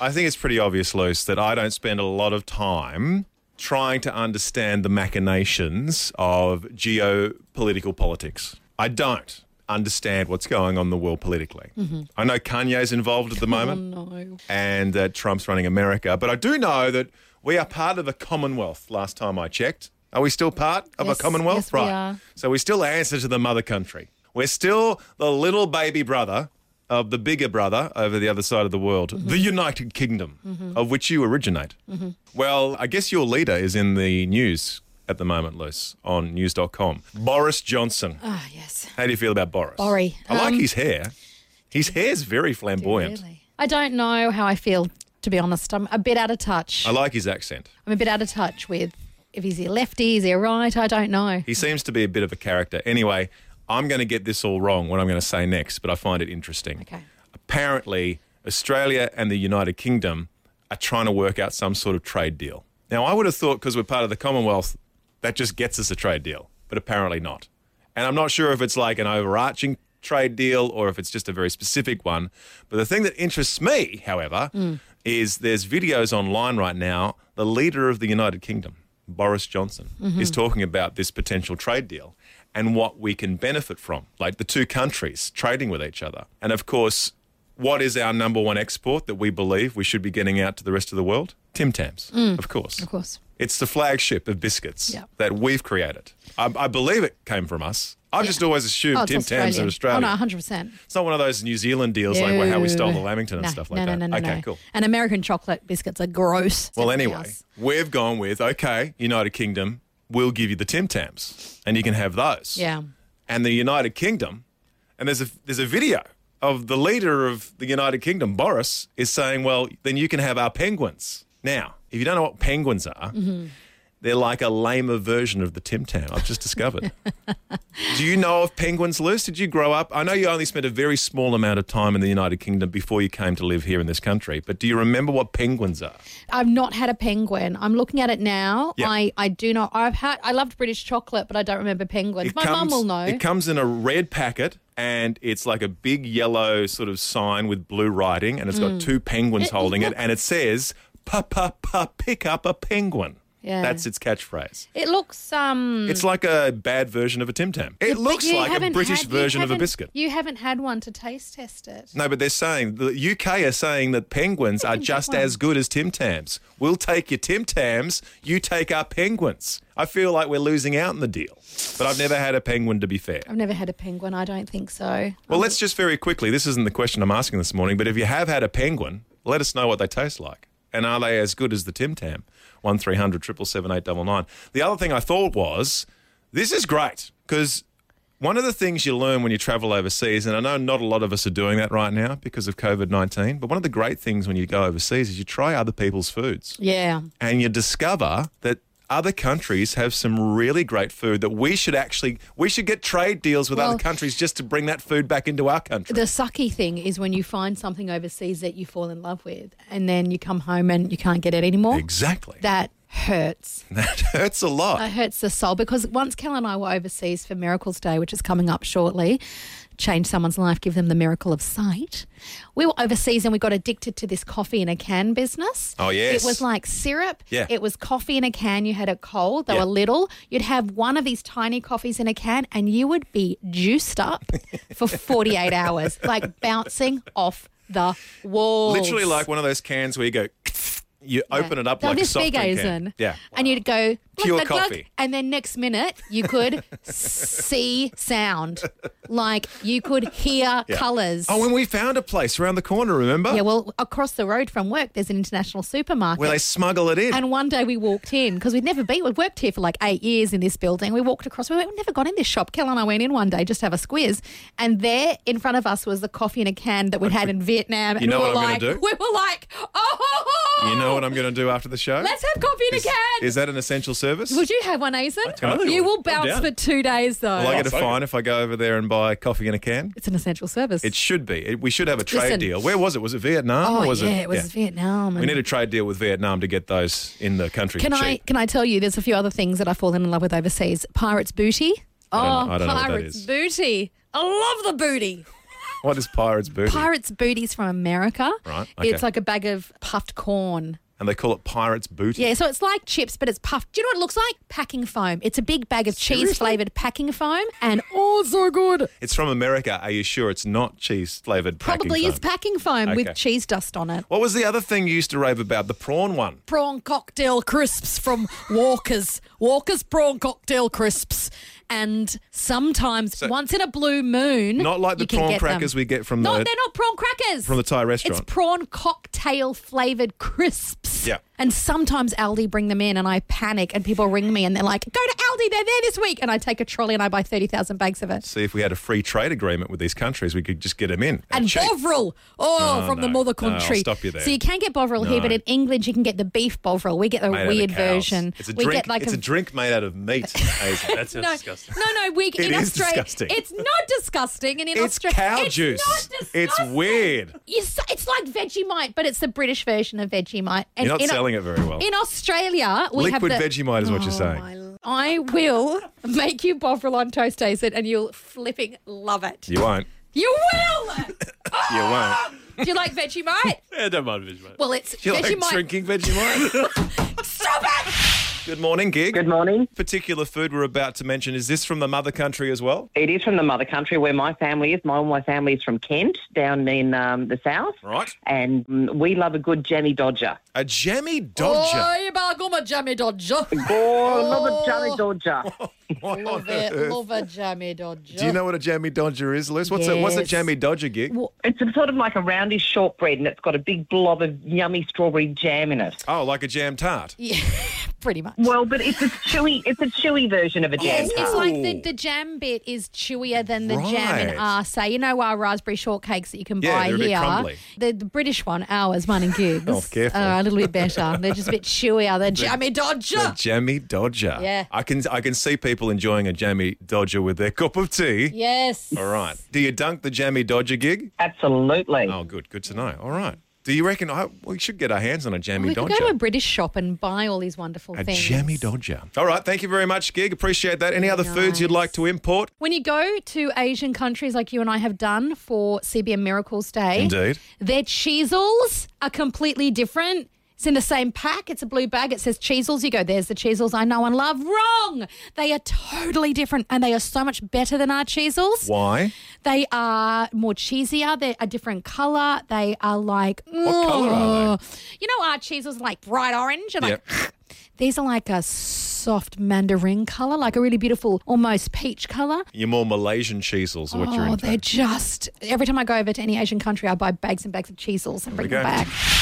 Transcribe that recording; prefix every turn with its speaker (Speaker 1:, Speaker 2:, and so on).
Speaker 1: I think it's pretty obvious, Luce, that I don't spend a lot of time trying to understand the machinations of geopolitical politics. I don't understand what's going on in the world politically. I know Kanye's involved at the moment
Speaker 2: Oh, no.
Speaker 1: and that Trump's running America. But I do know that we are part of a Commonwealth. Last time I checked, are we still part of
Speaker 2: Yes,
Speaker 1: a Commonwealth?
Speaker 2: yes, we
Speaker 1: right.
Speaker 2: are.
Speaker 1: So we still answer to the mother country. We're still the little baby brother of the bigger brother over the other side of the world,
Speaker 2: Mm-hmm.
Speaker 1: the United Kingdom, of which you originate. Well, I guess your leader is in the news at the moment, Luce, on news.com. Boris Johnson.
Speaker 2: Ah, yes.
Speaker 1: How do you feel about Boris?
Speaker 2: Borry.
Speaker 1: I like
Speaker 2: Um,
Speaker 1: his hair. His hair's very flamboyant.
Speaker 2: Really? I don't know how I feel, to be honest. I'm a bit out of touch.
Speaker 1: I like his accent.
Speaker 2: I'm a bit out of touch with if he's a lefty, is he a right? I don't know.
Speaker 1: He seems to be a bit of a character. Anyway, I'm going to get this all wrong, what I'm going to say next, but I find it interesting.
Speaker 2: Okay.
Speaker 1: Apparently, Australia and the United Kingdom are trying to work out some sort of trade deal. Now, I would have thought because we're part of the Commonwealth, that just gets us a trade deal, but apparently not. And I'm not sure if it's like an overarching trade deal or if it's just a very specific one. But the thing that interests me, however, is there's videos online right now. The leader of the United Kingdom, Boris Johnson, is talking about this potential trade deal and what we can benefit from, like the two countries trading with each other. And of course, what is our number one export that we believe we should be getting out to the rest of the world? Tim Tams, of course.
Speaker 2: Mm. Of course.
Speaker 1: It's the flagship of biscuits
Speaker 2: Yeah.
Speaker 1: that we've created. I, I believe it came from us. I've just always assumed
Speaker 2: Oh, it's
Speaker 1: Tim Tams are Australian.
Speaker 2: Oh, no, 100%.
Speaker 1: It's not one of those New Zealand deals like like how we stole the
Speaker 2: Ew.
Speaker 1: Lamington and
Speaker 2: No,
Speaker 1: stuff
Speaker 2: no,
Speaker 1: like
Speaker 2: no,
Speaker 1: that.
Speaker 2: No, no,
Speaker 1: okay,
Speaker 2: no.
Speaker 1: cool.
Speaker 2: And American chocolate biscuits are gross.
Speaker 1: Well,
Speaker 2: Everything
Speaker 1: anyway,
Speaker 2: else.
Speaker 1: we've gone with okay, United Kingdom, we'll give you the Tim Tams and you can have those.
Speaker 2: Yeah.
Speaker 1: And the United Kingdom, and there's a there's a video of the leader of the United Kingdom, Boris, is saying, "Well, then you can have our penguins." Now, if you don't know what penguins are,
Speaker 2: Mm-hmm.
Speaker 1: they're like a lamer version of the Tim Tam. I've just discovered. Do you know of penguins, Luce? Did you grow up? I know you only spent a very small amount of time in the United Kingdom before you came to live here in this country, but do you remember what penguins are?
Speaker 2: I've not had a penguin. I'm looking at it now.
Speaker 1: Yeah.
Speaker 2: I, I do not. I've had. I loved British chocolate, but I don't remember penguins. My mum will know.
Speaker 1: It comes in a red packet and it's like a big yellow sort of sign with blue writing and it's
Speaker 2: Mm.
Speaker 1: got two penguins holding it and it says, pa pa pa pick up a penguin.
Speaker 2: Yeah.
Speaker 1: That's its catchphrase.
Speaker 2: it looks um.
Speaker 1: It's like a bad version of a Tim Tam. It
Speaker 2: but
Speaker 1: looks
Speaker 2: you
Speaker 1: like a
Speaker 2: haven't
Speaker 1: British
Speaker 2: had- you
Speaker 1: version of a
Speaker 2: haven't-
Speaker 1: biscuit.
Speaker 2: You haven't had one to taste test it.
Speaker 1: No, but they're saying the UK are saying that penguins are
Speaker 2: get
Speaker 1: just
Speaker 2: one.
Speaker 1: as good as Tim Tams. We'll take your Tim Tams, you take our penguins. I feel like we're losing out in the deal. But I've never had a penguin to be fair.
Speaker 2: I've never had a penguin. I don't think so.
Speaker 1: Well, let's just very quickly. This isn't the question I'm asking this morning, but if you have had a penguin, let us know what they taste like. And are they as good as the Tim Tam? 1300 777 899. The other thing I thought was this is great because one of the things you learn when you travel overseas, and I know not a lot of us are doing that right now because of COVID 19, but one of the great things when you go overseas is you try other people's foods
Speaker 2: Yeah.
Speaker 1: and you discover that other countries have some really great food that we should actually we should get trade deals with
Speaker 2: Well-
Speaker 1: other countries just to bring that food back into our country.
Speaker 2: The sucky thing is when you find something overseas that you fall in love with, and then you come home and you can't get it anymore.
Speaker 1: exactly. That,
Speaker 2: That hurts.
Speaker 1: hurts a lot.
Speaker 2: It hurts the soul because once Cal and I were overseas for Miracles Day, which is coming up shortly, change someone's life, give them the miracle of sight. We were overseas and we got addicted to this coffee in a can business.
Speaker 1: Oh, yes.
Speaker 2: It was like syrup.
Speaker 1: Yeah.
Speaker 2: It was coffee in a can. You had a cold, they
Speaker 1: Yeah.
Speaker 2: were little. You'd have one of these tiny coffees in a can and you would be juiced up for 48 hours, like bouncing off the wall.
Speaker 1: Literally like one of those cans where you go you open it up
Speaker 2: They'll
Speaker 1: like a
Speaker 2: just
Speaker 1: soft
Speaker 2: big
Speaker 1: drink
Speaker 2: O's
Speaker 1: can.
Speaker 2: in.
Speaker 1: Yeah.
Speaker 2: And you'd go glug,
Speaker 1: Pure
Speaker 2: glug, glug,
Speaker 1: coffee.
Speaker 2: and then next minute you could see sound, like you could hear
Speaker 1: Yeah.
Speaker 2: colours.
Speaker 1: Oh, and we found a place around the corner, remember?
Speaker 2: yeah, well, across the road from work, there's an international supermarket.
Speaker 1: where they smuggle it in.
Speaker 2: and one day we walked in because we'd never been. We'd worked here for like eight years in this building. We walked across. We went, we've never gone in this shop. Kel and I went in one day just to have a squiz, and there in front of us was the coffee in a can that we'd had in Vietnam. And
Speaker 1: know
Speaker 2: we
Speaker 1: what
Speaker 2: were
Speaker 1: I'm
Speaker 2: like,
Speaker 1: gonna do?
Speaker 2: we were like, oh,
Speaker 1: you know what I'm going to do after the show?
Speaker 2: Let's have coffee in
Speaker 1: is,
Speaker 2: a can.
Speaker 1: Is that an essential service?
Speaker 2: Would you have one, Aizen?
Speaker 1: totally
Speaker 2: You
Speaker 1: would.
Speaker 2: will bounce
Speaker 1: down.
Speaker 2: for two days, though.
Speaker 1: Will I get a
Speaker 3: take it.
Speaker 1: fine if I go over there and buy coffee in a can?
Speaker 2: it's an essential service.
Speaker 1: It should be. It, we should have a trade
Speaker 2: Listen.
Speaker 1: deal. Where was it? Was it Vietnam?
Speaker 2: oh,
Speaker 1: or was
Speaker 2: yeah, it, was Vietnam.
Speaker 1: We
Speaker 2: and-
Speaker 1: need a trade deal with Vietnam to get those in the country.
Speaker 2: can
Speaker 1: for
Speaker 2: I
Speaker 1: cheap.
Speaker 2: can I tell you? There's a few other things that I've fallen in love with overseas. Pirates booty.
Speaker 1: don't know-
Speaker 2: Oh,
Speaker 1: I don't know what that
Speaker 2: pirates
Speaker 1: is.
Speaker 2: booty. I love the booty.
Speaker 1: What is pirates booty?
Speaker 2: Pirates booties from America.
Speaker 1: Right, okay.
Speaker 2: It's like a bag of puffed corn.
Speaker 1: and they call it pirates booty.
Speaker 2: Yeah, so it's like chips, but it's puffed. Do you know what it looks like? Packing foam. It's a big bag of cheese flavored packing foam, and oh, so good.
Speaker 1: It's from America. Are you sure it's not cheese flavored?
Speaker 2: Probably is packing foam
Speaker 1: Okay.
Speaker 2: with cheese dust on it.
Speaker 1: What was the other thing you used to rave about? The prawn one.
Speaker 2: prawn cocktail crisps from Walker's. Walker's prawn cocktail crisps. And sometimes, once in a blue moon,
Speaker 1: Not like the
Speaker 2: you can
Speaker 1: prawn
Speaker 2: get them.
Speaker 1: crackers we get from
Speaker 2: no,
Speaker 1: the-
Speaker 2: they're not prawn crackers
Speaker 1: from the Thai restaurant.
Speaker 2: It's prawn cocktail flavored crisps.
Speaker 1: Yeah.
Speaker 2: And sometimes Aldi bring them in, and I panic, and people ring me, and they're like, "Go to Aldi, they're there this week," and I take a trolley and I buy thirty thousand bags of it.
Speaker 1: See if we had a free trade agreement with these countries, we could just get them in.
Speaker 2: And
Speaker 1: cheap.
Speaker 2: Bovril, oh,
Speaker 1: No,
Speaker 2: from the
Speaker 1: no,
Speaker 2: mother
Speaker 1: no, I'll
Speaker 2: country.
Speaker 1: stop you there.
Speaker 2: So you can get Bovril here,
Speaker 1: No.
Speaker 2: but in England you can get the beef Bovril. We get the
Speaker 1: Made out of
Speaker 2: weird
Speaker 1: cows.
Speaker 2: version.
Speaker 1: It's a
Speaker 2: we
Speaker 1: drink.
Speaker 2: get like
Speaker 1: it's a, drink made out of meat. Hazel. That's
Speaker 2: no,
Speaker 1: disgusting.
Speaker 2: No, no, we
Speaker 1: It
Speaker 2: in
Speaker 1: is
Speaker 2: Australia.
Speaker 1: disgusting.
Speaker 2: It's not disgusting, and in
Speaker 1: It's
Speaker 2: Australia,
Speaker 1: cow
Speaker 2: it's
Speaker 1: juice.
Speaker 2: Not
Speaker 1: it's
Speaker 2: disgusting.
Speaker 1: weird.
Speaker 2: You s- it's like Vegemite, but it's the British version of Vegemite. And
Speaker 1: You're not
Speaker 2: in,
Speaker 1: selling it very well.
Speaker 2: In Australia, we
Speaker 1: Liquid
Speaker 2: have the,
Speaker 1: Vegemite is what you're saying.
Speaker 2: Oh, my- I will make you bovril on toast, David, and you'll flipping love it.
Speaker 1: You won't.
Speaker 2: You will.
Speaker 1: You won't.
Speaker 2: Do you like Vegemite?
Speaker 3: Yeah, don't mind Vegemite.
Speaker 2: Well, it's
Speaker 1: You
Speaker 2: Vegemite.
Speaker 1: like drinking Vegemite?
Speaker 2: Stop it!
Speaker 1: Good morning, Gig.
Speaker 4: Good morning.
Speaker 1: Particular food we're about to mention is this from the mother country as well?
Speaker 4: It is from the mother country where my family is. My, my family is from Kent, down in um, the south.
Speaker 1: Right.
Speaker 4: And mm, we love a good jammy dodger.
Speaker 1: A jammy dodger.
Speaker 2: Oh, you baguma jammy dodger.
Speaker 4: Oh, love a jammy dodger.
Speaker 1: What on
Speaker 2: Love it,
Speaker 1: earth?
Speaker 2: love a jammy dodger.
Speaker 1: Do you know what a jammy dodger is, Liz? What's a what's a
Speaker 2: Yes.
Speaker 1: jammy dodger gig?
Speaker 4: It's a- sort of like a roundish shortbread, and it's got a big blob of yummy strawberry jam in it.
Speaker 1: Oh, like a jam tart.
Speaker 2: Yeah, pretty much.
Speaker 4: Well, but it's a chewy, it's a chewy version of a jam.
Speaker 2: It's, it's
Speaker 4: tart.
Speaker 2: like the, the jam bit is chewier than the jam in
Speaker 1: Right.
Speaker 2: our say. You know our raspberry shortcakes that you can
Speaker 1: Yeah,
Speaker 2: buy
Speaker 1: they're a bit
Speaker 2: here.
Speaker 1: crumbly.
Speaker 2: The, the British one, ours, mine and gigs,
Speaker 1: Oh, careful.
Speaker 2: are a little bit better. They're just a bit chewier. They're jammy
Speaker 1: A
Speaker 2: dodger.
Speaker 1: jammy dodger.
Speaker 2: Yeah.
Speaker 1: I can I can see people enjoying a jammy dodger with their cup of tea.
Speaker 2: Yes.
Speaker 1: All right. Do you dunk the jammy dodger gig?
Speaker 4: Absolutely.
Speaker 1: Oh, good. Good to know. All right. Do you reckon I, we should get our hands on a jammy
Speaker 2: We could
Speaker 1: dodger?
Speaker 2: go to a British shop and buy all these wonderful
Speaker 1: a
Speaker 2: things.
Speaker 1: jammy dodger. All right. Thank you very much, Gig. Appreciate that. Any other foods you'd like to import?
Speaker 2: When you go to Asian countries like you and I have done for CBM Miracles Day,
Speaker 1: Indeed.
Speaker 2: their cheesels are completely different. It's in the same pack. It's a blue bag. It says cheesels. You go, there's the cheesels I know and love. Wrong. They are totally different and they are so much better than our cheesels.
Speaker 1: Why?
Speaker 2: They are more cheesier. They're a different color. They are like,
Speaker 1: What colour are
Speaker 2: "Ugh." You know, our cheesels are like bright orange and
Speaker 1: Yep.
Speaker 2: like, these are like a soft mandarin color, like a really beautiful, almost peach color.
Speaker 1: Your more Malaysian cheesels are what you're
Speaker 2: Oh,
Speaker 1: into.
Speaker 2: they're just every time I go over to any Asian country, I buy bags and bags of cheesels and bring
Speaker 1: we
Speaker 2: them
Speaker 1: go.
Speaker 2: back.